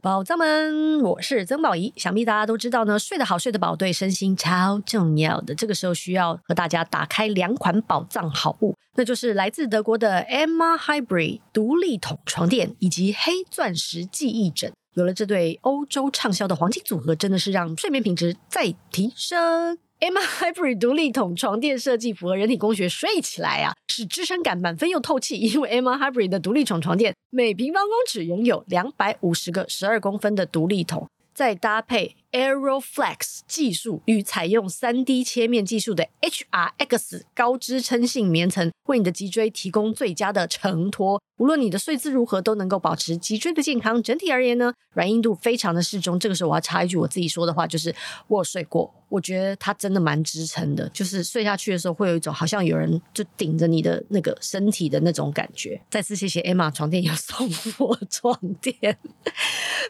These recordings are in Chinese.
宝藏们，我是曾宝仪。想必大家都知道呢，睡得好、睡得饱对身心超重要的。这个时候需要和大家打开两款宝藏好物，那就是来自德国的 Emma Hybrid 独立筒床垫以及黑钻石记忆枕。有了这对欧洲畅销的黄金组合，真的是让睡眠品质再提升。Emma Hybrid 独立筒床垫设计符合人体工学，睡起来啊是支撑感满分又透气。 因为 Emma Hybrid 的独立筒床垫每平方公尺拥有两百五十个十二公分的独立筒，再搭配 Aeroflex 技术与采用三 D 切面技术的 HRX 高支撑性棉层，为你的脊椎提供最佳的承托。无论你的睡姿如何，都能够保持脊椎的健康。整体而言呢，软硬度非常的适中。这个时候我要插一句我自己说的话，就是我有睡过，我觉得它真的蛮支撑的，就是睡下去的时候会有一种好像有人就顶着你的那个身体的那种感觉。再次谢谢 Emma 床垫有送我床垫。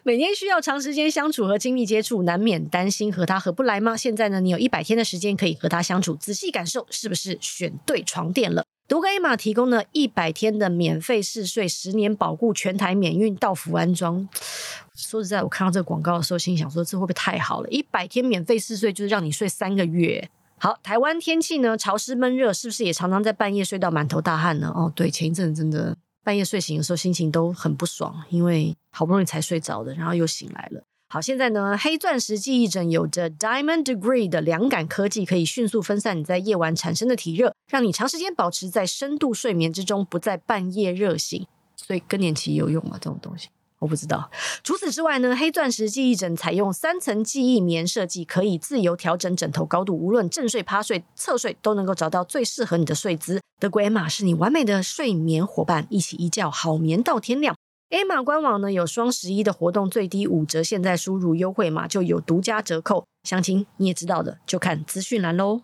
每天需要长时间相处和亲密接触，难免担心和他合不来吗？现在呢，你有一百天的时间可以和他相处，仔细感受是不是选对床垫了。独格 Emma 提供了一百天的免费试睡，十年保固全台免运到府安装。说实在，我看到这个广告的时候，心想说这会不会太好了？一百天免费试睡就是让你睡三个月。好，台湾天气呢，潮湿闷热，是不是也常常在半夜睡到满头大汗呢？哦，对，前一阵真的半夜睡醒的时候心情都很不爽，因为好不容易才睡着的，然后又醒来了。好，现在呢，黑钻石记忆枕有着 Diamond Degree 的凉感科技，可以迅速分散你在夜晚产生的体热，让你长时间保持在深度睡眠之中，不在半夜热醒。所以更年期有用吗？这种东西我不知道。除此之外呢，黑钻石记忆枕采用三层记忆棉设计，可以自由调整枕头高度，无论正睡、趴睡、侧睡，都能够找到最适合你的睡姿。德国 Emma 是你完美的睡眠伙伴，一起一觉好眠到天亮。Emma 官网呢有双十一的活动，最低五折，现在输入优惠码就有独家折扣。详情你也知道的，就看资讯栏喽。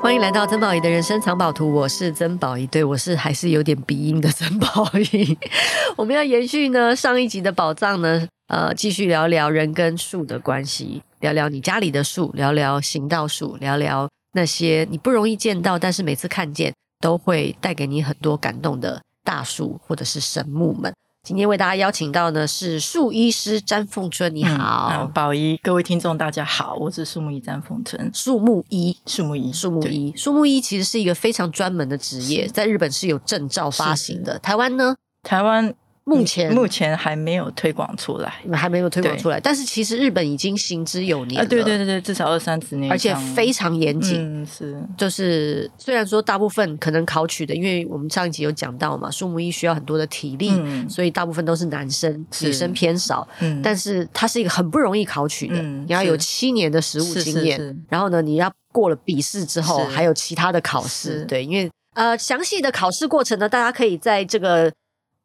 欢迎来到曾宝仪的人生藏宝图，我是曾宝仪，对我是还是有点鼻音的曾宝仪。 我们要延续呢上一集的宝藏呢，呃，继续聊聊人跟树的关系，聊聊你家里的树，聊聊行道树，聊聊那些你不容易见到，但是每次看见都会带给你很多感动的大树或者是神木们。今天为大家邀请到呢是树医师詹凤春，你好，嗯宝仪，各位听众大家好，我是树木医詹凤春，树木医树木医，树木对，医，树木医其实是一个非常专门的职业，是在日本是有证照发行的。台湾呢，台湾目前嗯目前还没有推广出来还没有推广对出来，但是其实日本已经行之有年啊，了，对对对对，至少二三十年以而且上了，非常严谨。嗯是，就是虽然说大部分可能考取的，因为我们上一集有讲到嘛，树木医需要很多的体力，嗯所以大部分都是男生，是女生偏少。嗯但是它是一个很不容易考取的，嗯你要有是七年的实务是是经验，是然后呢，你要过了笔试之后，是还有其他的考试，是对，因为呃，详细的考试过程呢，大家可以在这个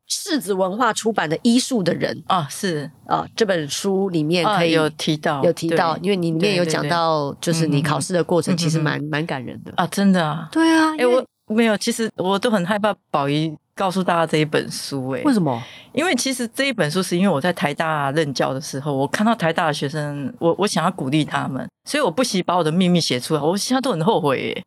世子文化出版的《医术的人》哦是，啊、这本书里面啊可以、有提到有哦提到，对因为你里面对有对讲对到，就是你嗯嗯嗯考试的过程，嗯嗯其实嗯蛮蛮感人的。啊真的啊，对啊，哎因为我没有，其实我都很害怕宝仪告诉大家这一本书，哎，为什么？因为其实这一本书是因为我在台大任教的时候，我看到台大的学生，我我想要鼓励他们，所以我不惜把我的秘密写出来，我现在都很后悔耶。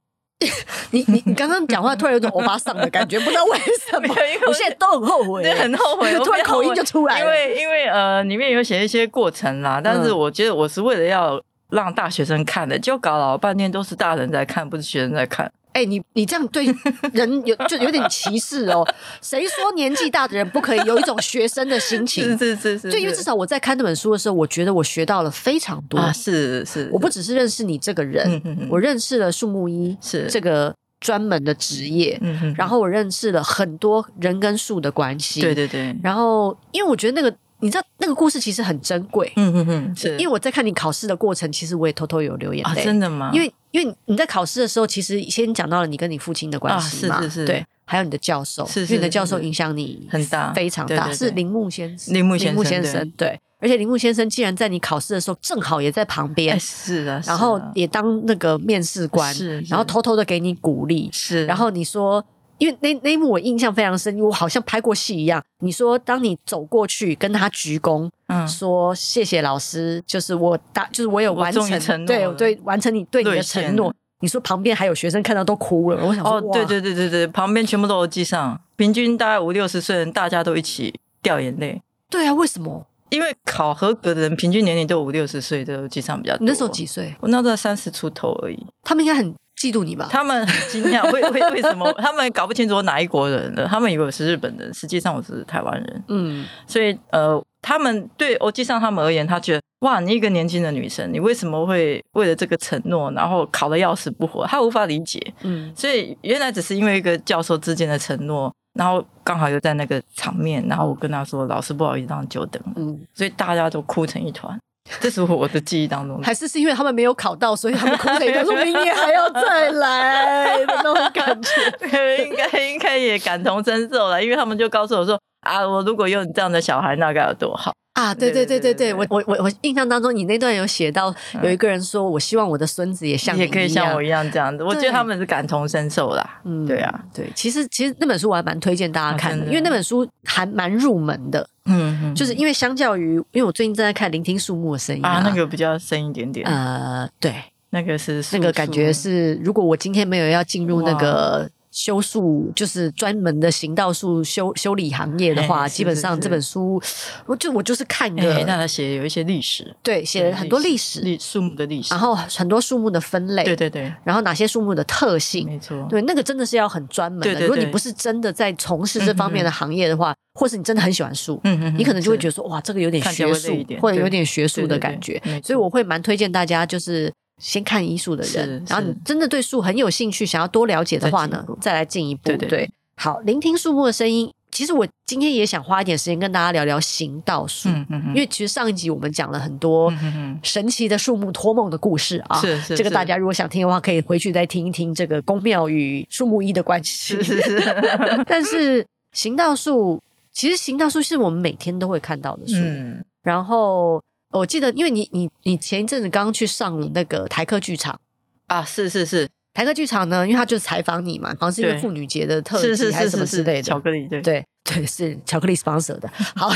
你你你刚刚讲话突然有种欧巴桑的感觉，不知道为 什么没有因为，我我现在都很后悔，，对，很后悔我突然口音就出来因了。为因为呃，里面有写一些过程啦，但是嗯我觉得我是为了要让大学生看的，就搞老半天都是大人在看，不是学生在看。哎、你你这样对人有就有点歧视哦。谁说年纪大的人不可以有一种学生的心是情？是是是，就因为是至少我在看这本书的时候，我觉得我学到了非常多。啊，是是，我不只是认识你这个人，嗯嗯嗯我认识了树木医是这个专门的职业，嗯嗯，然后我认识了很多人跟树的关系。对对对，然后，因为我觉得那个，你知道那个故事其实很珍贵，嗯嗯嗯，是因为我在看你考试的过程，其实我也偷偷有流眼啊，泪。真的吗？因为因为你在考试的时候，其实先讲到了你跟你父亲的关系嘛，啊是是是对，还有你的教授，是因是为你的教是授影响你很大非常对大，对对是铃木先生，铃木先生生对，而且铃木先生竟然在你考试的时候正好也在旁边哎，是啊，是然后啊也当那个面试官，是是然后偷偷的给你鼓励，是，然后你说。因为那那一幕我印象非常深，我好像拍过戏一样。你说，当你走过去跟他鞠躬，嗯，说谢谢老师，就是我达，就是我有完我终于承成，诺对了对，完成你对你的兑现承诺。你说旁边还有学生看到都哭了，我想说哦，对，哇对对对对，旁边全部都有记上，平均大概五六十岁人，大家都一起掉眼泪，对啊，为什么？因为考合格的人平均年龄都五六十岁，都记上比较多。你那时候几？岁？我那时候三十出头而已。他们应该很嫉妒你吧？他们很惊讶， 为为为什么？他们搞不清楚我哪一国人了，他们以为我是日本人，实际上我是台湾人。嗯，所以呃，他们对欧际上他们而言，他觉得哇，你一个年轻的女生，你为什么会为了这个承诺，然后考得要死不活？他无法理解。嗯，所以原来只是因为一个教授之间的承诺，然后刚好又在那个场面，然后我跟他说：“老师，不好意思，让你久等了。嗯，”所以大家都哭成一团。 这是我的记忆当中还是是因为他们没有考到，所以他们哭着也说明年还要再来的那种感 觉。应该应该也感同身受了，因为他们就告诉我说：“啊，我如果有你这样的小孩，那该有多好。啊，对对对对对对，对对嗯我我我我印象当中，你那段有写到有一个人说，我希望我的孙子也”像你也可以一像样我一样这样子，我觉对得他们是感同身受啦。嗯对啊，对，其实其实那本书我还蛮推荐大家啊看的，真的因为那本书还蛮入门的，嗯，嗯就是因嗯为相较于，因为我最近正在看《聆听树木的声音》啊，那个比较深一点点，呃，对，那个是素那个感觉是，如果我今天没有要进入那个修树，就是专门的行道树修修理行业的话，哎是基本上是这本书，我就我就是看素。哎，那个，他写有一些历史，对，嗯写了很多历史，历树木的历史然。后哎很多树木的分类，对对对，然后哪些树木的特性。没错，对，那个真的是要很专门的。对对对如果你不是真的在从事这方面的行业的话，或是你真的很喜欢树，嗯嗯你可能就会得觉得说，哇，这个有点看起来学会累术一，点或者有对点学术对的对感对觉。没错所以我会蛮推荐大家，就是先看医术的人是，然后你是真的对树很有兴趣，想要多了解的话再进呢一步，再来进一步。对对对好，聆听树木的声音。其实我今天也想花一点时间跟大家聊聊行道树，嗯嗯因嗯，为其实上一集我们讲了很多嗯嗯嗯神奇的树木托梦的故事啊。是是这个是大家如果想听的话，可以回去再听一听这个宫庙与树木医的关系。 是 是是，但是行道树，其实行道树是我们每天都会看到的树。嗯，然后我记得，因为你你你前一阵子刚去上了那个台客剧场。啊，是是是，台客剧场呢，因为他就采访你嘛，好像是因为对妇女节的特是辑是还是什么是之类是巧的，克力，对，对 对是巧克力 sponsor 的。好，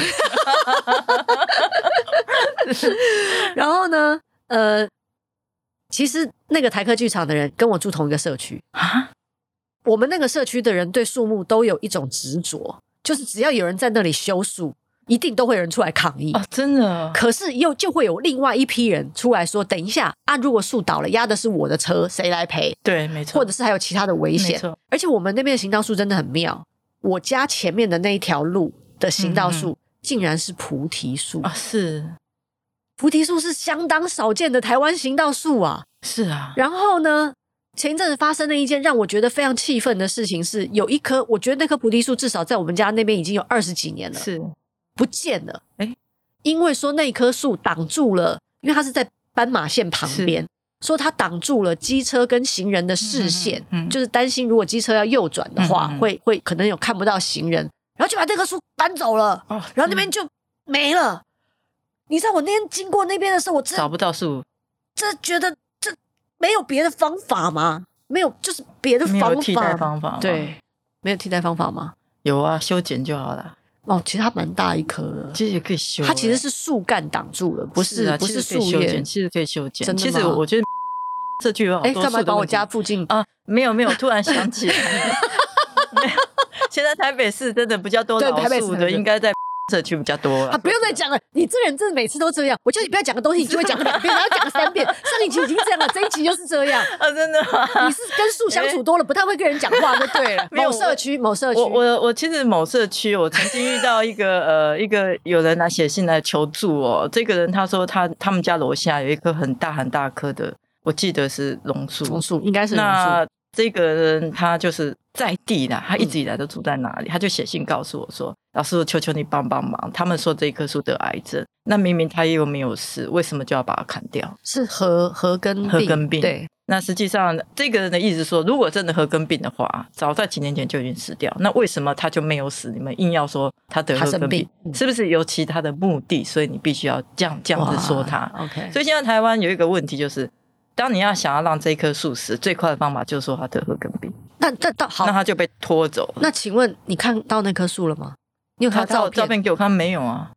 然后呢，呃，其实那个台客剧场的人跟我住同一个社区，啊，我们那个社区的人对树木都有一种执着，就是只要有人在那里修树，一定都会有人出来抗议。哦，真的，可是又就会有另外一批人出来说：“等一下啊，如果树倒了，压的是我的车，谁来赔？对，没错，或者是还有其他的危没险。错，”而且我们那边的行道树真的很妙，我家前面的那一条路的行道嗯树竟然是菩提树。啊，是菩提树是相当少见的台湾行道树啊。是啊，然后呢，前一阵子发生了一件让我觉得非常气愤的事情是，有一棵，我觉得那棵菩提树至少在我们家那边已经有二十几年了，是不见了。诶因为说那棵树挡住了，因为它是在斑马线旁边，说它挡住了机车跟行人的视线，嗯嗯嗯就是担心如果机车要右转的话，嗯嗯嗯会会可能有看不到行人，然后就把那棵树搬走了，哦，然后那边就没了。你知道我那天经过那边的时候，我真嗯找不到树，这觉得这没有别的方法吗？没有，就是别的没方有法，替代方法，，对，没有替代方法吗？有啊，修剪就好了，哦，其实它蛮大一棵的，其实也可以修，它其实哎是树干挡住了，不是啊不其是实可树以修叶剪，。其实可以修真剪，的其实吗我觉得 这句有好哎，多干树嘛的把我问题家附近？啊，没有没有，突然想起来， 没有。现在台北市真的比较多对老台北市树很多的，应该在 社区比较多啊，了。不用再讲了，你这人真的每次都这样。我叫你不要讲个东西，你就会讲两 遍，然后讲三遍。上一集已经这样了，这一集又是这样。啊，真的吗你？是跟树相处多了，不太会跟人讲话就对了。 没有某社区，某社区我，我我其实某社区，我曾经遇到一个呃一个有人来写信来求助哦。这个人他说他他们家楼下有一棵很大很大棵的，我记得是榕树。榕树应该是榕树。那这个人他就是在地的，他一直以来都住在哪里，他就写信告诉我说：“老师，我求求你帮帮忙，他们说这一棵树得癌症，那明明他又没有事，为什么就要把它砍掉是核核根病，核根病对，？”那实际上，这个人的意思说，如果真的核根病的话，早在几年前就已经死掉。那为什么他就没有死？你们硬要说他得他核生根病病，嗯是不是有其他的目的？所以你必须要这样这样子说他。哇 OK，所以现在台湾有一个问题就是，当你要想要让这棵树死，最快的方法就是说它得核根病。那那到好那，他就被拖走了。那请问你看到那棵树了吗？你有看他到照照片？片给我看没有啊？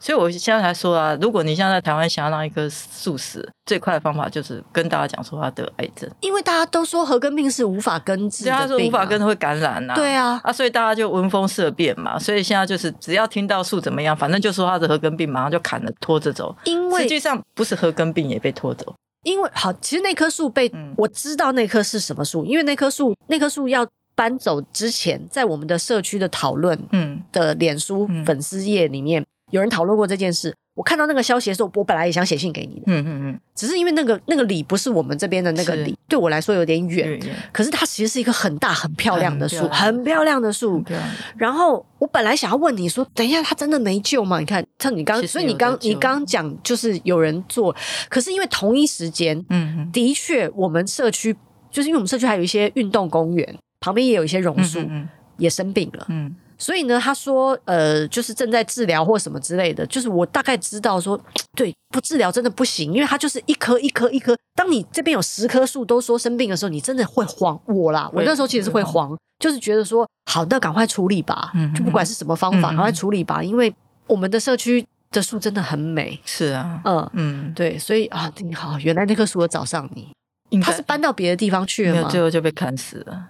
所以我现在才说啊，如果你现在在台湾想要让一棵树死，最快的方法就是跟大家讲说他得癌症，因为大家都说合根病是无法根治只的要病、他说无法跟，会感染呐、啊。对啊，啊，所以大家就闻风色变嘛。所以现在就是只要听到树怎么样，反正就说他的合根病，马上就砍了拖着走。因实为际上不是合根病也被拖走，因为好，其实那棵树被、嗯我知道那棵是什么树，因为那棵树那棵树要搬走之前，在我们的社区的讨论嗯，的脸书嗯粉丝页里面、有人讨论过这件事。我看到那个消息的时候，我本来也想写信给你的，嗯嗯只是因为那个那个里不是我们这边的那个是里，对我来说有点嗯，远。对对可是它其实是一个很大、很漂亮的树，很漂亮很漂亮的树。对啊然后我本来想要问你说，等一下他真的没救吗？你看，像你刚，其实所以你有得刚救你刚讲就是有人做，可是因为同一时间，嗯嗯的确我们社区就是因为我们社区还有一些运动公园，旁边也有一些榕嗯树、嗯也生病了，嗯所以呢，他说呃，就是正在治疗或什么之类的，就是我大概知道说，对，不治疗真的不行，因为它就是一棵一棵一棵，当你这边有十棵树都说生病的时候，你真的会慌。我啦，我会那时候其实是会会慌，就是觉得说，好，那赶快处理吧，嗯就不管是什么方法，赶嗯快处理吧，因为我们的社区的树真的很美，是啊，嗯。嗯，对，所以啊，你好，原来那棵树有找上你，应它该是搬到别的地方去没了有，吗最？后就被砍死了。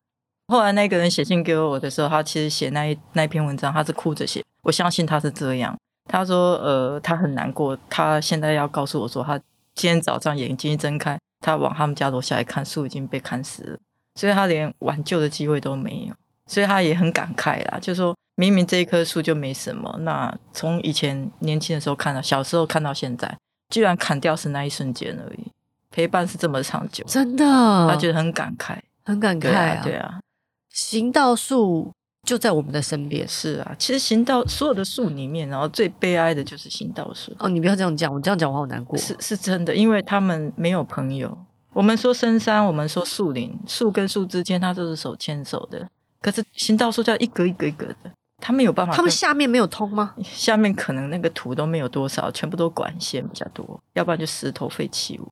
后来那个人写信给我的时候，他其实写那一那篇文章，他是哭着写。我相信他是这样。他说：“呃，他很难过，他现在要告诉我说，他今天早上眼睛一睁开，他往他们家楼下一看，树已经被砍死了，所以他连挽救的机会都没有。所以他也很感慨啦，就说明明这一棵树就没什么，那从以前年轻的时候看到，小时候看到现在，居然砍掉是那一瞬间而已，陪伴是这么长久，真的，他觉得很感慨。”很感慨对啊，对啊，行道树就在我们的身边。是啊。其实行道所有的树里面，然后最悲哀的就是行道树，哦，你不要这样讲，我这样讲我好难过。是是真的，因为他们没有朋友。我们说深山，我们说树林，树跟树之间它都是手牵手的，可是行道树叫一格一格一格的，它没有办法他跟。们下面没有通吗？下面可能那个土都没有多少，全部都管线比较多，要不然就石头废弃物。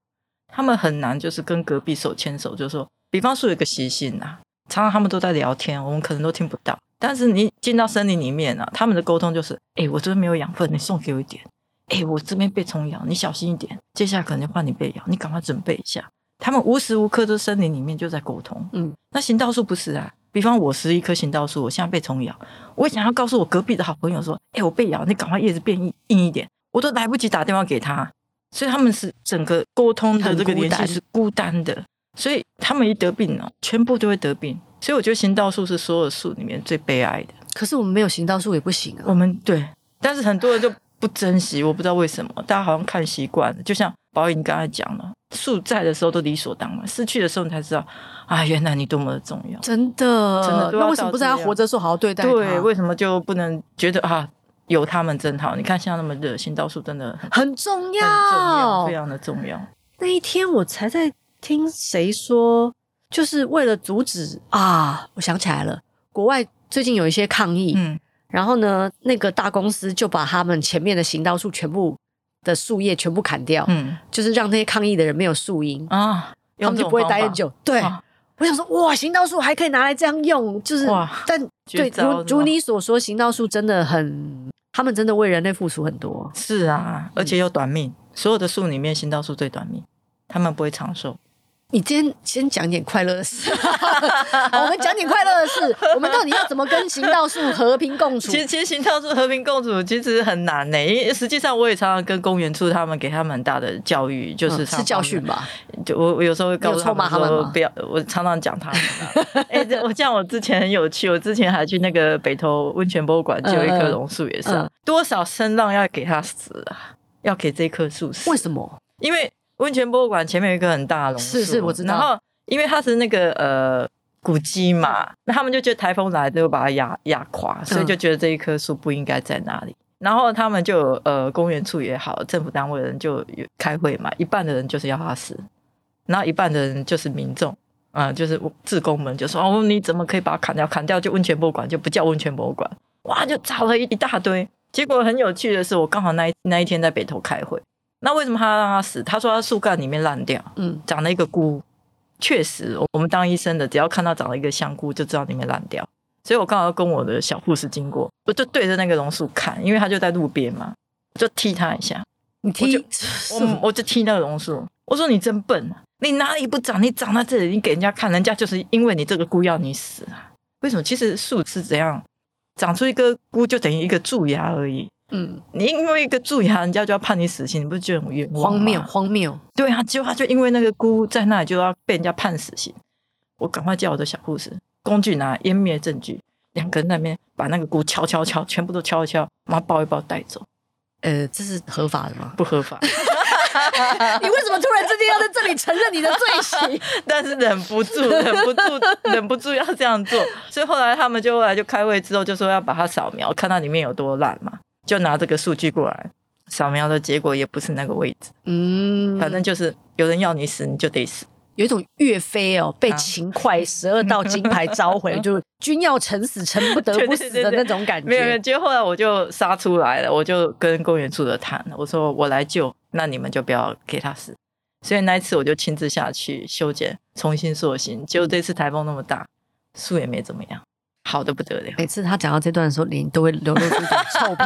他们很难就是跟隔壁手牵手，就说，比方说有一个习性啊，常常他们都在聊天，我们可能都听不到。但是你进到森林里面啊，他们的沟通就是，哎、我这边没有养分，你送给我一点。哎、我这边被虫咬，你小心一点，接下来可能换你被咬，你赶快准备一下。他们无时无刻都森林里面就在沟通。嗯，那行道树不是啊，比方我是一棵行道树，我现在被虫咬，我想要告诉我隔壁的好朋友说，哎、我被咬，你赶快叶子变硬硬一点，我都来不及打电话给他，所以他们是整个沟通的这个很孤联系单是孤单的，所以他们一得病哦，全部都会得病，所以我觉得行道树是所有树里面最悲哀的。可是我们没有行道树也不行啊。我们对，但是很多人就不珍惜，我不知道为什么，大家好像看习惯了。就像宝仪你刚才讲了，树在的时候都理所当然，失去的时候你才知道，啊，原来你多么的重要。真的，真的都要那为什么不是到他这样活着的时候好好对待他？对，为什么就不能觉得啊，有他们真好？你看现在那么热，行道树真的很很重很重要，啊要非。常的重要。那一天我才在听谁说，就是为了阻止啊，我想起来了，国外最近有一些抗议，嗯，然后呢，那个大公司就把他们前面的行道树全部的树叶全部砍掉，嗯就是让那些抗议的人没有树荫，啊，他们就不会待很久。对，哇我想说，哇，行道树还可以拿来这样用，就是哇，但对，绝招如是如吗你所说，行道树真的很，他们真的为人类付出很多。是啊，而且又短命，所有的树里面行道树最短命，它们不会长寿。你今天先讲点快乐的事， 我们讲点快乐的事，我们到底要怎么跟行道树和平共处其？实，其实行道树和平共处其实很难呢、因为实际上我也常常跟公园处他们给他们很大的教育，就嗯是、是教训。吧？就我我有时候会告诉他们你有臭骂他们说吗不要，我常常讲他们 啊。哎、这我像我之前很有趣，我之前还去那个北投温泉博物馆，就有一棵榕树也是嗯啊、嗯多少声浪要给它死啊，要给这棵树死为。什么？因为温泉博物馆前面有一个很大的榕树，是是我知道然后因为它是那个呃古迹嘛，那他们就觉得台风来都会把它压压垮，所以就觉得这一棵树不应该在那里。然后他们就有呃公园处也好，政府单位的人就有开会嘛，一半的人就是要它死，然后一半的人就是民众。啊、就是志工们就说哦，你怎么可以把它砍掉？砍掉就温泉博物馆就不叫温泉博物馆，哇，就吵了一一大堆。结果很有趣的是，我刚好那一那一天在北投开会，那为什么他要让它死？他说它树干里面烂掉，嗯，长了一个菇，确实，我们当医生的，只要看到长了一个香菇，就知道里面烂掉。所以我刚好跟我的小护士经过，我就对着那个榕树看，因为他就在路边嘛，我就踢他一下，你我就踢，我我就踢那个榕树，我说你真笨啊，你哪里不长？你长在这里，你给人家看，人家就是因为你这个菇要你死啊？为什么？其实树是怎样，长出一个菇就等于一个蛀牙而已。嗯，你因为一个蛀牙，人家就要判你死刑，你不是觉得很冤枉荒吗？谬，荒谬，对啊，结果他就因为那个菇在那里就要被人家判死刑。我赶快叫我的小护士，工具拿，湮灭证据，两个人在那边把那个菇敲敲敲，全部都敲一敲，然后抱一抱带走，？呃，这是合法的吗不合法。 你为什么突然之间要在这里承认你的罪行？但是忍不住，忍不住，忍不住要这样做，所以后来他们就后来就开会之后就说要把它扫描，看它里面有多烂嘛，就拿这个数据过来。扫描的结果也不是那个位置， 嗯，反正就是有人要你死，你就得死。有一种岳飞哦，被啊秦桧十二道金牌召 回，就是君要臣死，臣不得不死的那种感觉。没有，没有。结果后来我就杀出来了，我就跟公园处的谈，我说我来救，那你们就不要给他死。所以那一次我就亲自下去修剪，重新塑形。结果这次台风那么大，树也没怎么样，好的不得了。每次他讲到这段的时候，脸都会流露出一种臭 屁、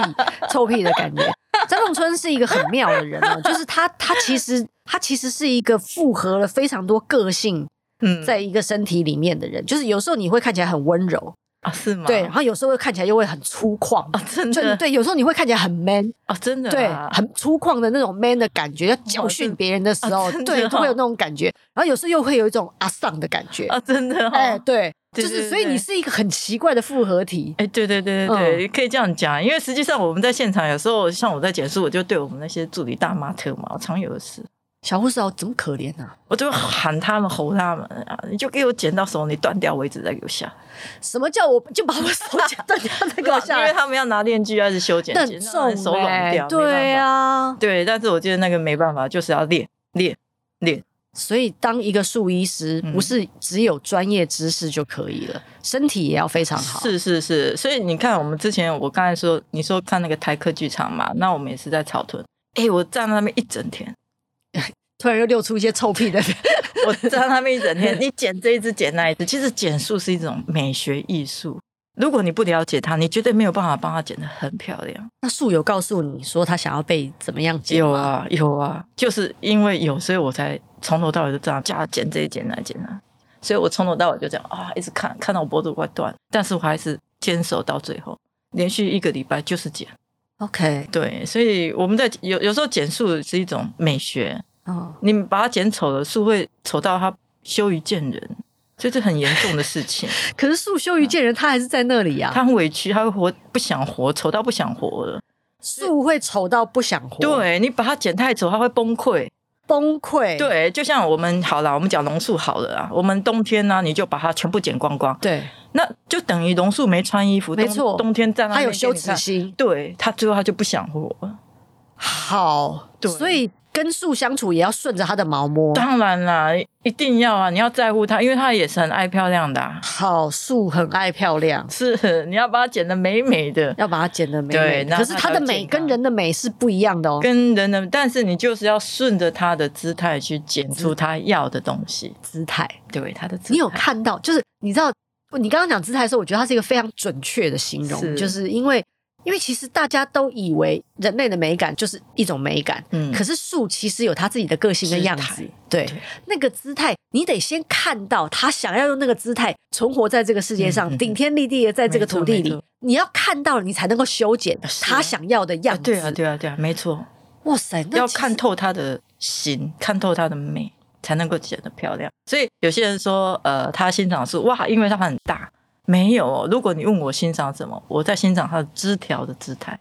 臭屁的感觉。张仲春是一个很妙的人哦，就是他，他其实他其实是一个复合了非常多个性嗯，在一个身体里面的人，就是有时候你会看起来很温柔，啊是吗？对，然后有时候会看起来又会很粗犷。啊，真就的对，有时候你会看起来很 man，啊，真的对啊，很粗犷的那种 man 的感觉，要教哇训这别人的时候，啊真的对，哦就会有那种感觉。然后有时候又会有一种阿丧的感觉，啊，真的哎、哦。对，对就对是对所以对你是一个很奇怪的复合体。哎，对对对对对，可以这样讲，因为实际上我们在现场有时候，像我在剪书，我就对我们那些助理大妈特嘛，我常有的事，小护士哦，怎么可怜啊？我就会喊他们、吼他们啊！你就给我剪到手，你断掉为止再给我下来。什么叫我就把我手脚 断掉再给我下因为来？他们要拿链锯开始修剪，那剪很到人手重软哎、掉，对呀、啊。对。但是我觉得那个没办法，就是要练练练。所以当一个兽医师，嗯不是只有专业知识就可以了，身体也要非常好。是是是，所以你看，我们之前我刚才说，你说看那个台客剧场嘛，那我们也是在草屯。哎、我站在那边一整 天，突然又溜出一些臭屁的， 我站在那边一整天。你剪这一只，剪那一只，其实剪树是一种美学艺术。如果你不了解它，你绝对没有办法帮它剪得很漂亮。那树有告诉你说他想要被怎么样解有吗？啊，有啊，就是因为有，所以我才从头到尾就这样加减这一减那一减那，所以我从头到尾就这样啊，一直看，看到我脖子快断，但是我还是坚守到最后，连续一个礼拜就是减。 OK，对，所以我们在有有时候减速是一种美学，哦，你把它剪丑了，树会丑到它羞于见人，所以这很严重的 事情。可是树羞于见人，它还是在那里啊。它很委屈，它会活不想活，丑到不想活了。树会丑到不想活，，对你把它剪太丑，它会崩溃。崩溃，对，就像我们好了，我们讲榕树好了啊，我们冬天呢、你就把它全部剪光光，对，那就等于榕树没穿衣服，没冬错冬天站在那它有边羞给你耻看，心。对它最后它就不想活了。好，对所以跟树相处也要顺着它的毛摸。当然啦，一定要啊，你要在乎它，因为它也是很爱漂亮的、啊， 好，树很爱漂亮，是你要把它剪得美美的。要把它剪得美美对的。那可是它的它才会美健康跟人的美是不一样的哦。跟人的，但是你就是要顺着它的姿态去剪出它要的东西。姿态，对它的姿态，你有看到？就是你知道，你刚刚讲姿态的时候，我觉得它是一个非常准确的形容，是就是因为。因为其实大家都以为人类的美感就是一种美感，嗯可是树其实有它自己的个性跟样姿子态，对对那个姿态，你得先看到他想要用那个姿态存活在这个世界上，嗯嗯嗯顶天立地的在这个土地没里错没错。你要看到了，你才能够修剪是啊他想要的样啊子。对啊，对啊，对啊，没错。哇塞，那要其实看透她的形，看透她的美，才能够剪得漂亮。所以有些人说，呃，他欣赏树，哇，因为它很大。没有哦，如果你问我欣赏什么，我在欣赏它的枝条的姿态，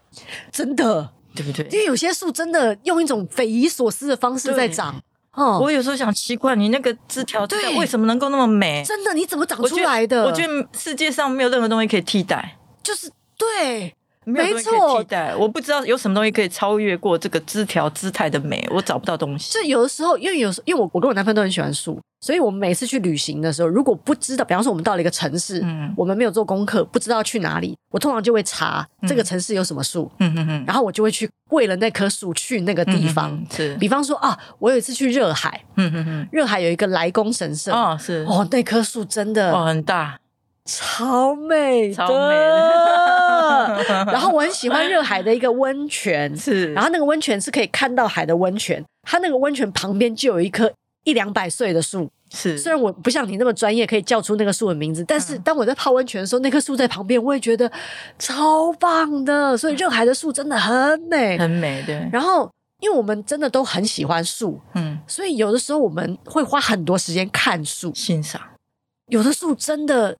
真的，对不因对？为有些树真的用一种匪夷所思的方式在长。哦，我有时候想，奇怪，你那个枝条姿态对为什么能够那么美？真的，你怎么长我出觉得来的？我觉得世界上没有任何东西可以替代。就是对。没有没东西可以错替代。我不知道有什么东西可以超越过这个枝条姿态的美，我找不到东西。就有的时候，因为有时因为我我跟我男朋友都很喜欢树，所以我们每次去旅行的时候，如果不知道，比方说我们到了一个城市，嗯我们没有做功课，不知道去哪里，我通常就会查嗯这个城市有什么树，嗯嗯嗯，然后我就会去为了那棵树去那个地方。嗯嗯嗯是，比方说啊，我有一次去热海，嗯嗯热海有一个莱宫神社，嗯，哦哦是，那棵树真哦的很大，超美的，超美 的然后我很喜欢热海的一个温泉，是，然后那个温泉是可以看到海的温泉，它那个温泉旁边就有一棵一两百岁的树。是，虽然我不像你那么专业，可以叫出那个树的名字，但是嗯当我在泡温泉的时候，那棵树在旁边，我也觉得超棒的。所以热海的树真的很美。很美，对，然后，因为我们真的都很喜欢树，嗯，所以有的时候我们会花很多时间看树。欣赏，有的树真的，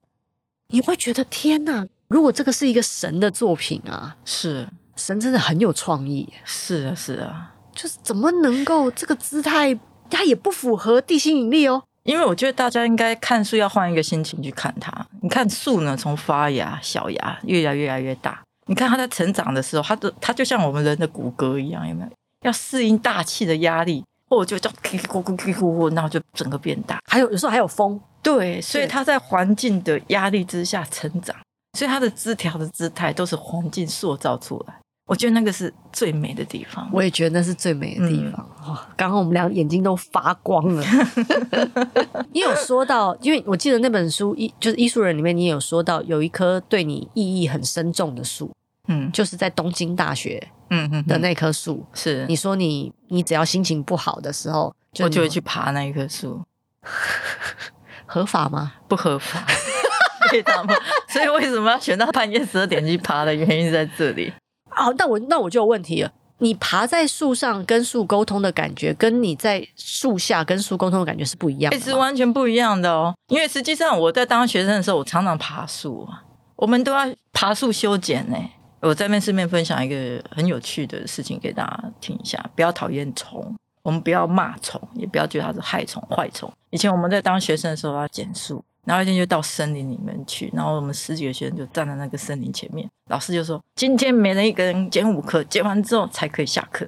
你会觉得天哪！如果这个是一个神的作品啊，是神真的很有创意耶。是啊是啊，就是怎么能够这个姿态，它也不符合地心引力哦。因为我觉得大家应该看树要换一个心情去看它。你看树呢，从发芽、小芽越来越来越大。你看它在成长的时候，它的它就像我们人的骨骼一样，有没有？要适应大气的压力，或者就这样咕咕咕咕咕咕，然后就整个变大。还有有时候还有风，对，所以对它在环境的压力之下成长，所以它的枝条的姿态都是环境塑造出来。我觉得那个是最美的地方。我也觉得那是最美的地方。哇刚刚我们俩眼睛都发光 了。你有说到，因为我记得那本书《艺》就是《艺术人》里面，你也有说到有一棵对你意义很深重的树，嗯就是在东京大学嗯嗯，的嗯那棵树。是你说你你只要心情不好的时候，我你就会去爬那一棵树，合法吗？不合法。 对他们，所以为什么要选到半夜十二点去爬的原因在这里。哦，那我那我就有问题了。你爬在树上跟树沟通的感觉，跟你在树下跟树沟通的感觉是不一样的哎、吗。是完全不一样的哦。因为实际上我在当学生的时候，我常常爬树啊，我们都要爬树修剪呢、我在面顺便分享一个很有趣的事情给大家听一下，不要讨厌虫，我们不要骂虫，也不要觉得它是害虫、坏虫。以前我们在当学生的时候要剪树，然后一天就到森林里面去，然后我们十几个学生就站在那个森林前面，老师就说今天每人一个人剪五颗，剪完之后才可以下 课。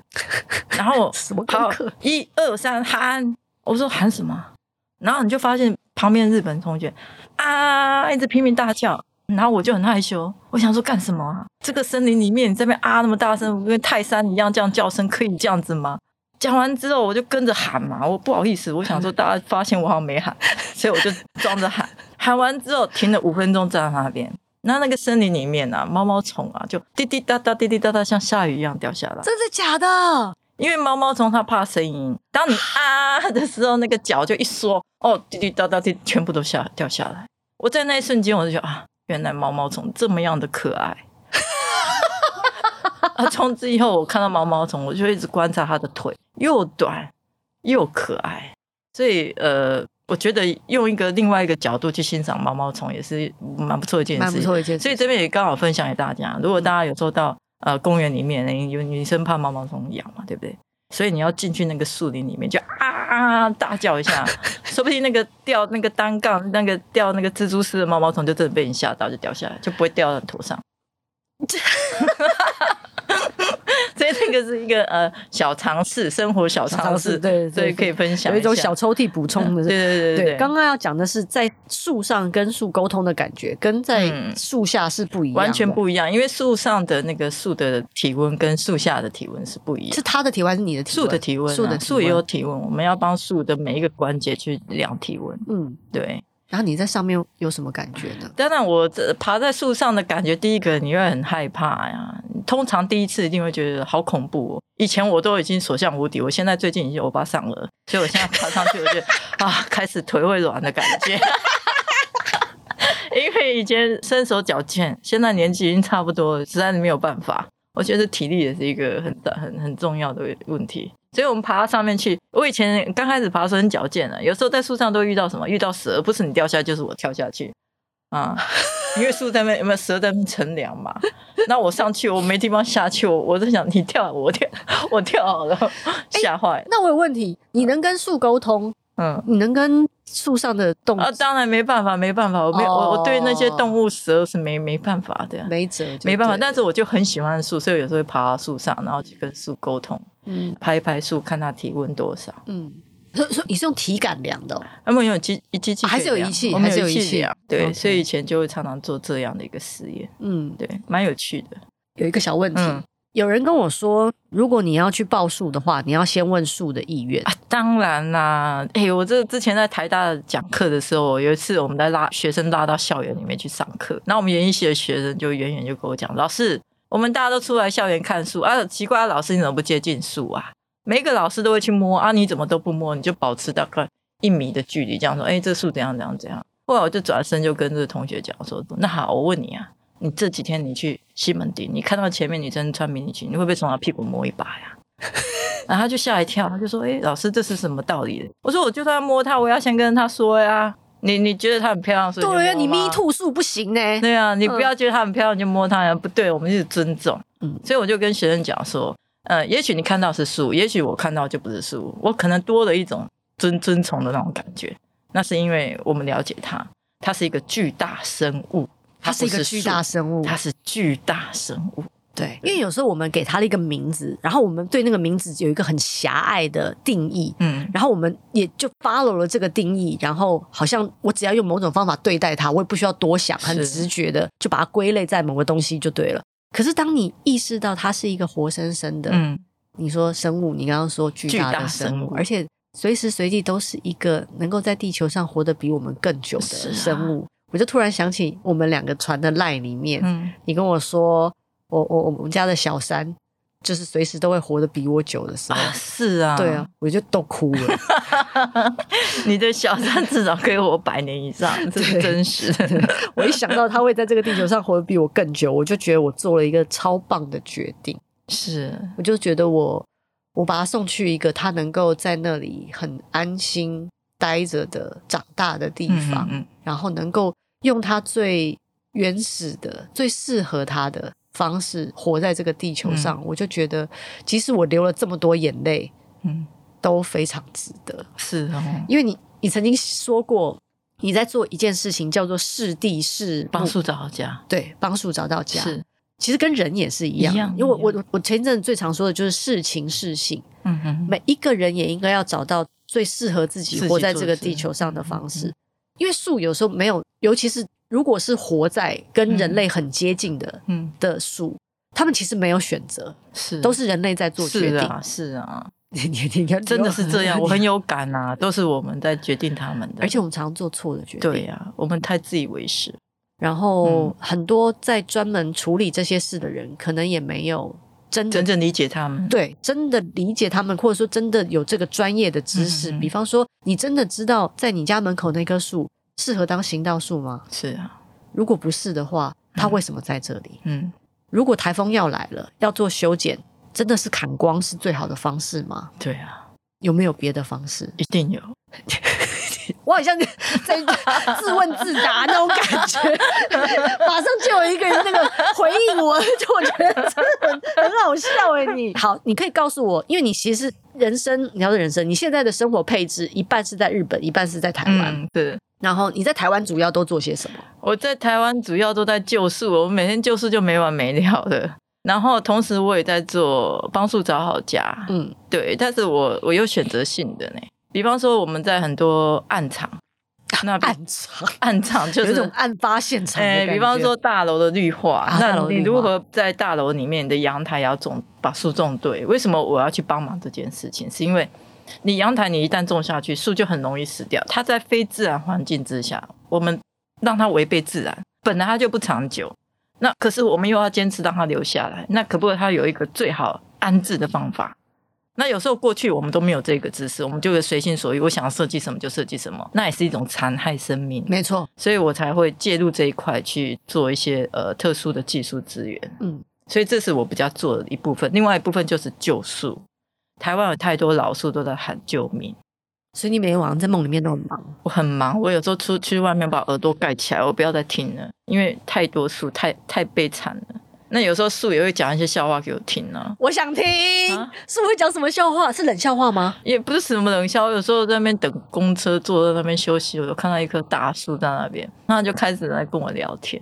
然后我什么功好课，一二三喊，我说喊什么？然后你就发现旁边日本同学啊，一直拼命大叫，然后我就很害羞，我想说干什么啊？这个森林里面你这边啊那么大声，跟泰山一样这样叫声，可以这样子吗？讲完之后我就跟着喊嘛，我不好意思，我想说大家发现我好像没喊， 所以我就装着喊，喊完之后停了五分钟站在那边。那那个森林里面啊，毛毛虫啊，就滴滴答答、滴滴答答，像下雨一样掉下来。真的假的？因为毛毛虫它怕声音，当你啊的时候，那个脚就一缩，哦，滴滴答答滴，全部都下掉下来。我在那一瞬间，我就觉得啊，原来毛毛虫这么样的可爱。 啊，从此以后，我看到毛毛虫，我就一直观察它的腿，又短又可爱。所以，呃，我觉得用一个另外一个角度去欣赏毛毛虫，也是蛮不错的一件事蛮情。不错的一件事。所以这边也刚好分享给大家，如果大家有做到呃公园里面，你有女生怕毛毛虫咬嘛，对不对？所以你要进去那个树林里面，就啊啊啊大叫一下，说不定那个掉那个单杠、那个掉那个蜘蛛丝的毛毛虫，就真的被你吓到，就掉下来，就不会掉到你 头上。所以那个是一个呃小尝试，生活小小尝尝试，试对对所以对可以分享有一种下小抽屉 补充的对是，对对对，刚刚要讲的是在树上跟树沟通的感觉，跟在嗯树下是不一样的，完全不一样，因为树上的那个树的体温跟树下的体温是不一样是。他的体温还是你的体温？树的体温啊、树的体树也有体温，我们要帮树的每一个关节去量体温。嗯。对，然后你在上面有什么感觉呢？当然我这爬在树上的感觉，第一个你会很害怕呀。通常第一次一定会觉得好恐怖、哦。以前我都已经所向无敌，我现在最近已经欧巴上了，所以我现在爬上去，我觉得 啊，开始腿会软的感觉。因为以前身手矫健，现在年纪已经差不多了，实在是没有办法。我觉得体力也是一个很大、很很重要的问题。所以我们爬到上面去，我以前刚开始爬的时候很矫健啊，有时候在树上都会遇到什么，遇到蛇，不是你掉下来就是我跳下去啊，因为树在那边有没有蛇在那边乘凉嘛。那我上去我没地方下去，我我在想哎你跳我跳我跳好了，吓坏了。那我有问题，你能跟树沟通，嗯。你能跟树上的动物啊，当然没办法，没办法，我没、我我对那哦些动物蛇是没没办法的，没辙，没办法。但是我就很喜欢树，所以有时候会爬到树上，然后去跟树沟通，嗯拍一拍树，看它体温多少。嗯，所以所以你是用体感量的哦、那么有机一机器还可以是有量仪器我们还是有有仪器量对 OK 所以以前就会常常做这样的一个实验，嗯，对，蛮有趣的。有一个小问题，嗯有人跟我说，如果你要去报数的话，你要先问数的意愿。啊，当然啦，哎、我这之前在台大讲课的时候，有一次我们在拉学生拉到校园里面去上课，那我们园艺系的学生就远远就跟我讲，老师，我们大家都出来校园看树啊，奇怪，老师你怎么不接近树啊？每一个老师都会去摸啊，你怎么都不摸？你就保持大概一米的距离，这样说，哎、这树怎样怎样怎样。后来我就转身就跟这个同学讲说，那好，我问你啊，你这几天你去西门町，你看到前面女生穿迷你裙，你会不会从她屁股摸一把呀？ 然后他就吓一跳，他就说：“哎、老师，这是什么道理？”我说：“我就算要摸她，我要先跟她说呀。你你觉得她很漂亮，所以就对啊，你摸咪吗兔数不行呢、 对啊，你不要觉得她很漂亮就摸她呀，不对，我们是尊重。嗯所以我就跟学生讲说，呃，也许你看到是树，也许我看到就不是树，我可能多了一种尊尊崇的那种感觉。那是因为我们了解它，它是一个巨大生物，它是一不个巨大树，生物，它是巨大生物。对，因为有时候我们给它了一个名字，然后我们对那个名字有一个很狭隘的定义，嗯，然后我们也就 follow 了这个定义，然后好像我只要用某种方法对待它，我也不需要多想，很是直觉的就把它归类在某个东西就对了。可是当你意识到它是一个活生生的，嗯，你说生物，你刚刚说巨大巨的大生生物，物而且随时随地都是一个能够在地球上活得比我们更久是的啊生物。我就突然想起我们两个传的赖里面，嗯，你跟我说，我我我们家的小三就是随时都会活得比我久的时候，啊，是啊，对啊，，我就都哭了。你的小三至少可以活百年以 上，这是对真实的。我一想到他会在这个地球上活得比我更久，我就觉得我做了一个超棒的决定。是，我就觉得我我把他送去一个他能够在那里很安心待着的长大的地嗯方，嗯然后能够用他最原始的、最适合他的方式活在这个地球上，我就觉得即使我流了这么多眼泪，嗯，都非常值得。是哦，因为你你曾经说过。你在做一件事情，叫做视地视帮树，助找家对帮树找到家。是，其实跟人也是一样，一样因为我一样我我前一阵子最常说的就是事情事性，嗯嗯，每一个人也应该要找到最适合自己自己活在这做个事嗯地球上的方式，因为树有时候没有，尤其是如果是活在跟人类很接近的、嗯的树，他们其实没有选择，是，都是人类在做决是定。啊，是啊， 你你你看真的是这样，我很有，有感啊，都是我们在决定他们 的，而且我们常常做错的决定。对啊，我们太自以为是，然后嗯很多在专门处理这些事的人，可能也没有真的真正理解他们，对，真的理解他们，或者说真的有这个专业的知识。嗯嗯嗯比方说，你真的知道在你家门口那棵树适合当行道树吗？是啊，如果不是的话，它嗯为什么在这里？嗯，如果台风要来了，要做修剪，真的是砍光是最好的方式吗？对啊，有没有别的方式？一定有，我好像在自问自答那种感觉，马上就有一个人那个回应我，就我觉得真的很很好笑哎、你好，你可以告诉我，因为你其实人生，你要是人生，你现在的生活配置一半是在日本，一半是在台湾，嗯，对。然后你在台湾主要都做些什么？我在台湾主要都在救树，我每天救树就没完没了的。然后同时我也在做帮助找好家，嗯对，但是我我有选择性的呢。比方说我们在很多暗场，那比暗藏，暗场就有一种是。案发现场的哎感，觉比方说，大楼的绿化，啊大那楼绿你化如何在大楼里面你的阳台也要种把树种对？为什么我要去帮忙这件事情？是因为你阳台你一旦种下去，树就很容易死掉。它在非自然环境之下，我们让它违背自然，本来它就不长久。那可是我们又要坚持让它留下来，那可不可以它有一个最好安置的方法？那有时候过去我们都没有这个知识，我们就会随心所欲，我想要设计什么就设计什么，那也是一种残害生命。没错，所以我才会介入这一块去做一些呃特殊的技术资源。嗯，所以这是我比较做的一部分，另外一部分就是救树。台湾有太多老树都在喊救命，所以你每天晚上在梦里面都很忙，我很忙，我有时候出去外面把耳朵盖起来，我不要再听了，因为太多树太太悲惨了。那有时候树也会讲一些笑话给我听啊，我想听，啊是会讲什么笑话？是冷笑话吗？也不是什么冷笑，有时候在那边等公车，坐在那边休息，我就看到一棵大树在那边，那他就开始来跟我聊天。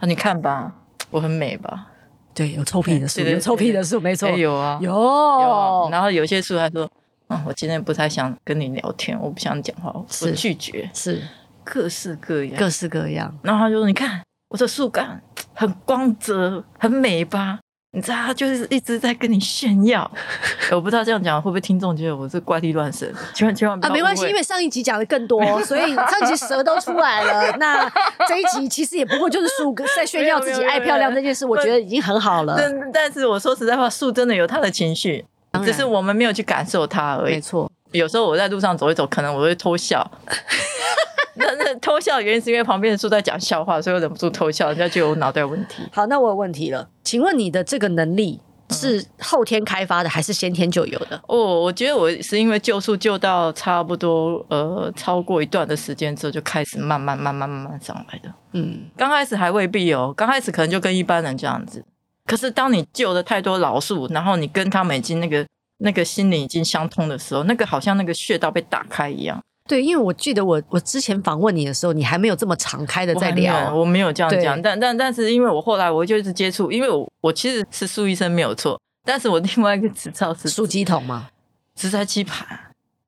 啊，你看吧，我很美吧？对，有臭屁的树，对对有臭屁的树，没错，哎有啊，有有哦啊。然后有些树还说，嗯，我今天不太想跟你聊天，我不想讲话，我是拒绝，是各式各样。各式各样，然后他就说，你看我的树干很光泽，很美吧？你知道，他就是一直在跟你 炫耀。我不知道这样讲会不会听众觉得我是怪力乱 神，千万千万不啊，要没关系，误会因为上一集讲的更 多，所以上一集蛇都出来了。那这一集其实也不过就是树哥在炫耀自己爱漂亮这件事，我觉得已经很好了。但但是我说实在话，树真的有它的情绪当，然只是我们没有去感受它而没已。错，有时候我在路上走一走，可能我会偷笑。那那偷笑的原因是因为旁边的树在讲笑话，所以我忍不住偷笑，人家觉得我脑袋有问题。好，那我有问题了，请问你的这个能力嗯是后天开发的，还是先天就有的？哦，我觉得我是因为救树救到差不多呃超过一段的时间之后，就开始慢慢慢慢慢慢上来的。嗯，刚开始还未必哦，刚开始可能就跟一般人这样子。可是当你救了太多老树，然后你跟他们已经那个那个心灵已经相通的时候，那个好像那个穴道被打开一样。对，因为我记得我我之前访问你的时候，你还没有这么敞开的我在还没有聊。我没有这样对讲，但但但是因为我后来我就一直接触，因为我我其实是树医生没有错，但是我另外一个执照是书鸡桶吗？植栽基盘，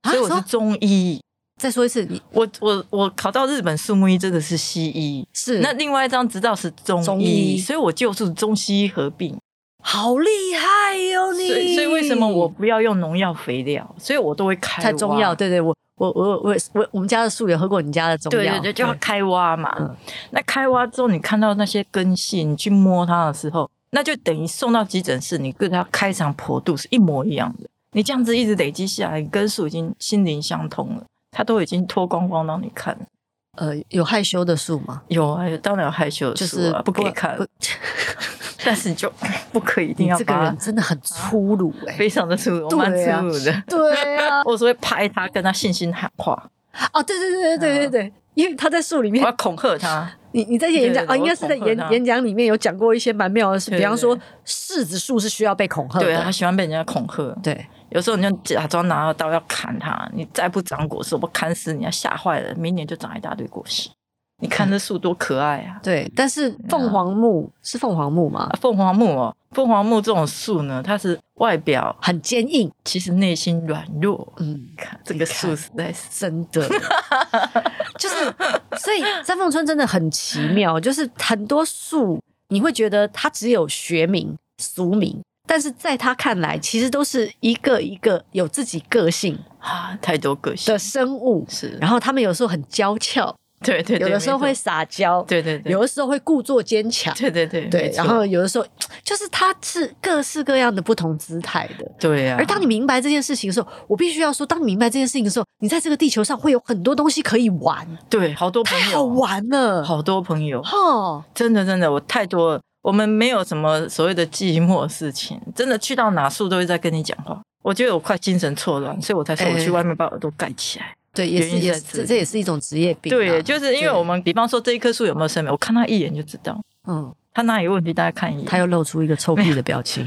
啊所以我什是么中医。再说一次，你我我我考到日本树木医真的是西医，是那另外一张执照是中医，中医所以我就是中西医合并。好厉害哟、所你以所以为什么我不要用农药肥料？所以我都会开太中药？挖。对对，我我我我我我们家的树有喝过你家的中对药，对对，就要开挖嘛。嗯那开挖之后，你看到那些根系，你去摸它的时候，那就等于送到急诊室，你跟它开肠破肚是一模一样的。你这样子一直累积下来，你跟树已经心灵相通了，它都已经脱光光让你看了。呃，有害羞的树吗？有啊，有当然有害羞的就树是啊，不给看，不但是你就不可以一定你要这个把人它真的很粗鲁哎、非常的粗鲁，我蛮对啊粗鲁的。对啊， 我只会拍它，跟它信心喊话，哦，对对对对嗯对对对，因为他在树里我面要，恐吓它。你你在演讲啊、对对对应该是在我恐吓演他演讲里面有讲过一些蛮妙的事，对比方对说柿子树是需要被恐吓的， 对啊，它喜欢被人家恐吓。对有时候你就假装拿到刀要砍它，你再不长果实，我不砍死你啊！吓坏了，明年就长一大堆果实。你看这树多可爱啊！对但是凤凰木是凤凰木吗啊？凤凰木哦，凤凰木这种树呢，它是外表很坚硬，其实内心软弱。嗯你，看这个树实在是，真的， 就是所以三凤村真的很奇妙，就是很多树你会觉得它只有学名俗名，但是在他看来，其实都是一个一个有自己个性啊，太多个性的生物。是，然后他们有时候很娇俏，对对对，有的时候会没错，撒娇，对对对，有的时候会故作坚强，对对对对没，错然后有的时候就是它是各式各样的不同姿态的。对呀、啊，而当你明白这件事情的时候，我必须要说，当你明白这件事情的时候，你在这个地球上会有很多东西可以玩，对好多朋太友好玩了。好多朋友，哦，真的真的，我太多了。我们没有什么所谓的寂寞的事情，真的去到哪树都会在跟你讲话。我觉得我快精神错乱，所以我才说我哎去外面把耳朵盖起来。对，也原是因也在是，这这这也是一种职业病啊。对，就是因为对我们，比方说这一棵树有没有生命，我看它一眼就知道，嗯，它哪里有问题，大家看一眼。他又露出一个臭屁的表情。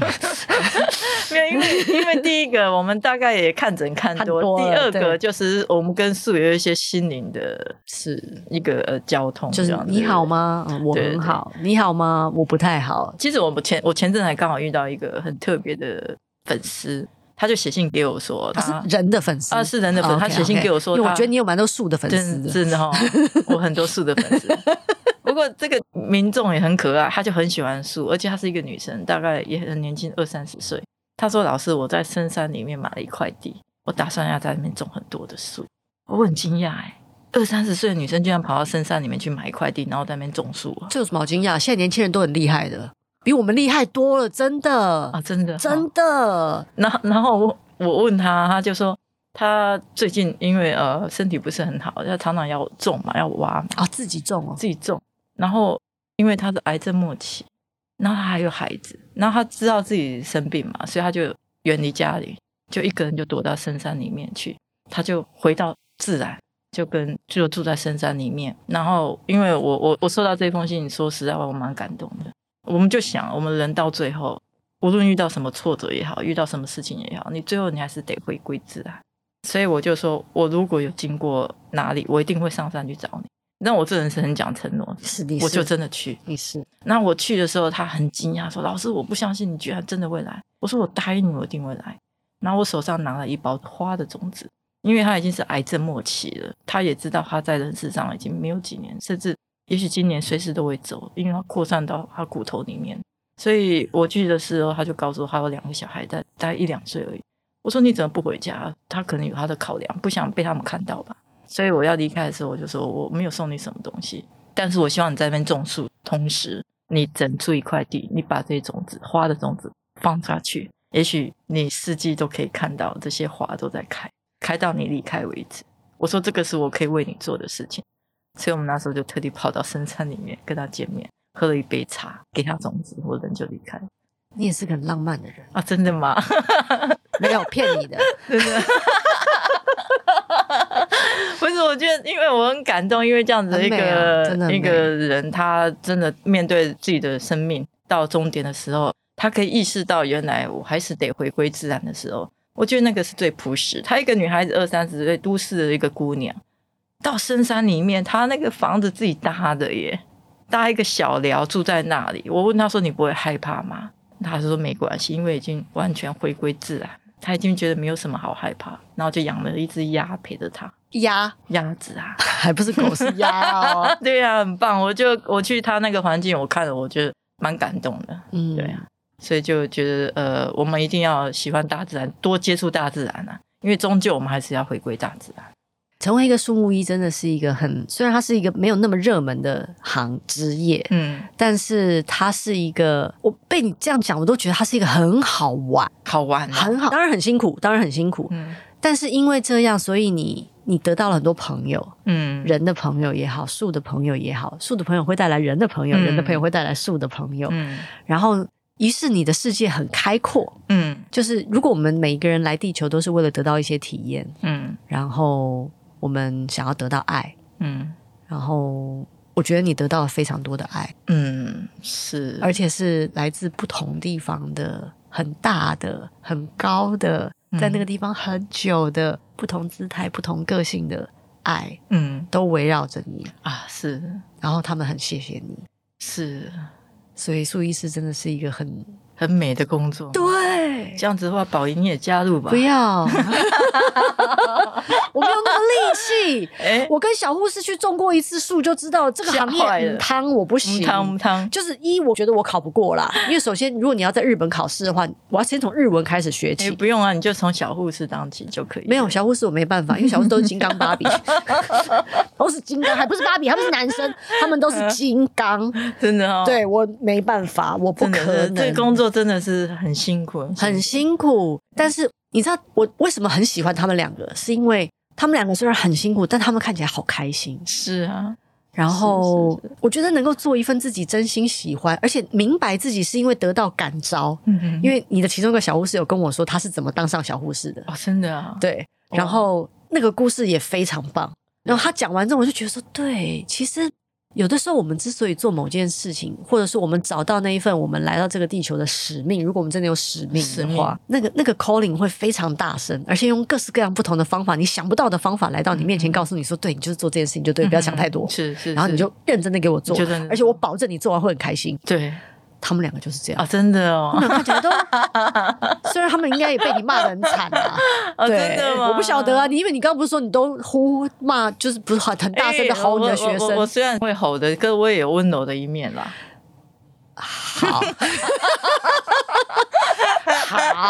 没有，因为因为第一个我们大概也看诊看多，看多第了二对个就是我们跟树有一些心灵的 是，一个呃交通，就是这样你好？对吗？嗯我对对啊很好。你好吗？我不太好。其实我们前我前阵还刚好遇到一个很特别的粉丝，他就写信给我说，他他是人的粉丝啊是人的粉丝哦他写信 OK，OK 给我说因为我他觉得你有蛮多树的粉丝真的。真的哈、我很多树的粉丝。不过这个民众也很可爱，她就很喜欢树，而且她是一个女生，大概也很年轻，二三十岁。她说：“老师，我在深山里面买了一块地，我打算要在里面种很多的树。”我很惊讶哎，二三十岁的女生居然跑到深山里面去买一块地，然后在那边种树啊！这有什么好惊讶？现在年轻人都很厉害的，比我们厉害多了，真的，啊，真的哈真的。然后然后我我问他，他就说他最近因为呃身体不是很好，他常常要种嘛，要挖嘛，啊，自己种哦，自己种。然后因为他是癌症末期，然后他还有孩子，然后他知道自己生病嘛，所以他就远离家里，就一个人就躲到深山里面去，他就回到自然。就跟就住在深山里面，然后因为我我我收到这封信，说实在话我蛮感动的，我们就想，我们人到最后，无论遇到什么挫折也好，遇到什么事情也好，你最后你还是得回归自然。所以我就说，我如果有经过哪里，我一定会上山去找你。那我这人是很讲承诺，是的，我就真的去。你是那我去的时候，他很惊讶说：“老师，我不相信你居然真的会来。”我说：“我答应你，我一定会来。”然后我手上拿了一包花的种子，因为他已经是癌症末期了，他也知道他在人世上已经没有几年，甚至也许今年随时都会走，因为他扩散到他骨头里面。所以我去的时候，他就告诉我还有两个小孩，大大概一两岁而已。我说：“你怎么不回家？”他可能有他的考量，不想被他们看到吧。所以我要离开的时候，我就说我没有送你什么东西，但是我希望你在那边种树，同时你整出一块地，你把这些种子、花的种子放下去，也许你四季都可以看到这些花都在开，开到你离开为止。我说这个是我可以为你做的事情，所以我们那时候就特地跑到深山里面跟他见面，喝了一杯茶，给他种子，我人就离开了你也是个很浪漫的人，啊！真的吗？没有骗 你的，真的。 不是，我觉得，因为我很感动，因为这样子的一很美啊个、真的很美一个人，他真的面对自己的生命到终点的时候，他可以意识到，原来我还是得回归自然的时候，我觉得那个是最朴实。她一个女孩子，二三十岁，都市的一个姑娘，到深山里面，她那个房子自己搭的耶，搭一个小寮住在那里。我问她说：“你不会害怕吗？”她说：“没关系，因为已经完全回归自然，她已经觉得没有什么好害怕。”然后就养了一只鸭陪着她，鸭鸭子啊，还不是狗是鸭哦，对呀、很棒。我就我去她那个环境，我看了，我觉得蛮感动的。 嗯，对啊，所以就觉得呃，我们一定要喜欢大自然，多接触大自然啊，因为终究我们还是要回归大自然。成为一个树木医真的是一个很，虽然它是一个没有那么热门的行职业，嗯，但是它是一个，我被你这样讲，我都觉得它是一个很好玩，好玩、啊，很好，嗯当然很辛苦，当然很辛苦，嗯但是因为这样，所以你你得到了很多朋友，嗯，人的朋友也好，树的朋友也好，树的朋友会带来人的朋友，嗯人的朋友会带来树的朋友，嗯然后于是你的世界很开阔。嗯就是如果我们每一个人来地球都是为了得到一些体验，嗯然后我们想要得到爱，嗯然后我觉得你得到了非常多的爱，嗯，是，而且是来自不同地方的。很大的、很高的，嗯在那个地方很久的、不同姿态、不同个性的爱，嗯都围绕着你。啊，是然后他们很谢谢你，是所以树医师真的是一个很很美的工作。对这样子的话，宝仪你也加入吧不。 要，我没有那个 力气。哎，我跟小护士去种过一次树，就知道这个行吓坏业了嗯汤我不嗯行。汤嗯汤，就是一，我觉得我考不过啦，因为首先，如果你要在日本考试的话，我要先从日文开始学哎，起。不用啊，你就从小护士当起就可以。没有，小护士我没办法，因为小护士都是金刚芭 比，都是金刚，还不是芭比，他们是男生，他们都是金刚。真嗯的哦，，对我没办法，我不真的可是能。这个工作真的是很辛苦，很辛苦。但是你知道我为什么很喜欢他们两个？是因为他们两个虽然很辛苦，但他们看起来好开心。是啊，然后是我觉得能够做一份自己真心喜欢，而且明白自己是因为得到感召。嗯，因为你的其中一个小护士有跟我说他是怎么当上小护士的，哦，真的啊，对。然后那个故事也非常棒。然后他讲完之后，我就觉得说，对，其实有的时候我们之所以做某件事情，或者是我们找到那一份我们来到这个地球的使命，如果我们真的有使命使的命话，那个那个 calling 会非常大声，而且用各式各样不同的方法，你想不到的方法来到你面前，告诉你说，对你就是做这件事情就对，嗯不要想太多。是是，然后你是就认真的给我做你就认，真而且我保证你做完会很开心。对他们两个就是这样 啊，，真的他哦，们两个看起来都，虽然他们应该也被你骂的很惨啊，哦，对，真的吗？我不晓得啊，你因为你刚刚不是说你都呼骂，就是不是很很大声的哎吼你的我学我生？我我虽然会吼的，可我也有温柔的一面啦。 好， 好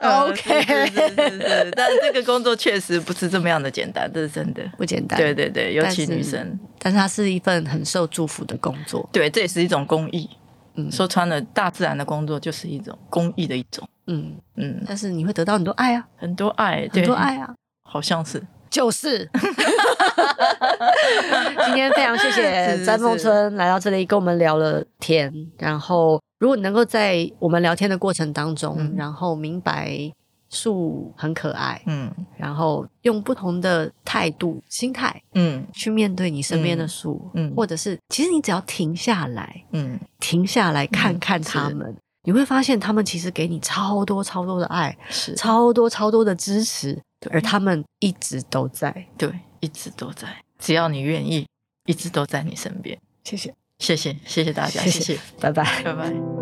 呃是是，OK，是是是，但这个工作确实不是这么样的简单，这是真的。不简单，对对对，尤但是其女生，但是它是一份很受祝福的工作，对，这也是一种公益。嗯说穿了，大自然的工作就是一种公益的一种。嗯，嗯，但是你会得到很多爱啊，很多爱，对很多，爱啊，好像是。 就是。今天非常谢是谢是詹梦春来到这里跟我们聊了天，然后如果能够在我们聊天的过程当中，嗯然后明白树很可爱，嗯然后用不同的态度、心态嗯去面对你身边的树，嗯嗯或者是其实你只要停下来，嗯，停下来看看他是们，你会发现他们其实给你超多超多的爱，是超多超多的支持，对而他们一直都在。对，一直都在，只要你愿意，一直都在你身边。谢谢，谢谢，谢谢大家，谢谢谢谢拜拜。拜拜。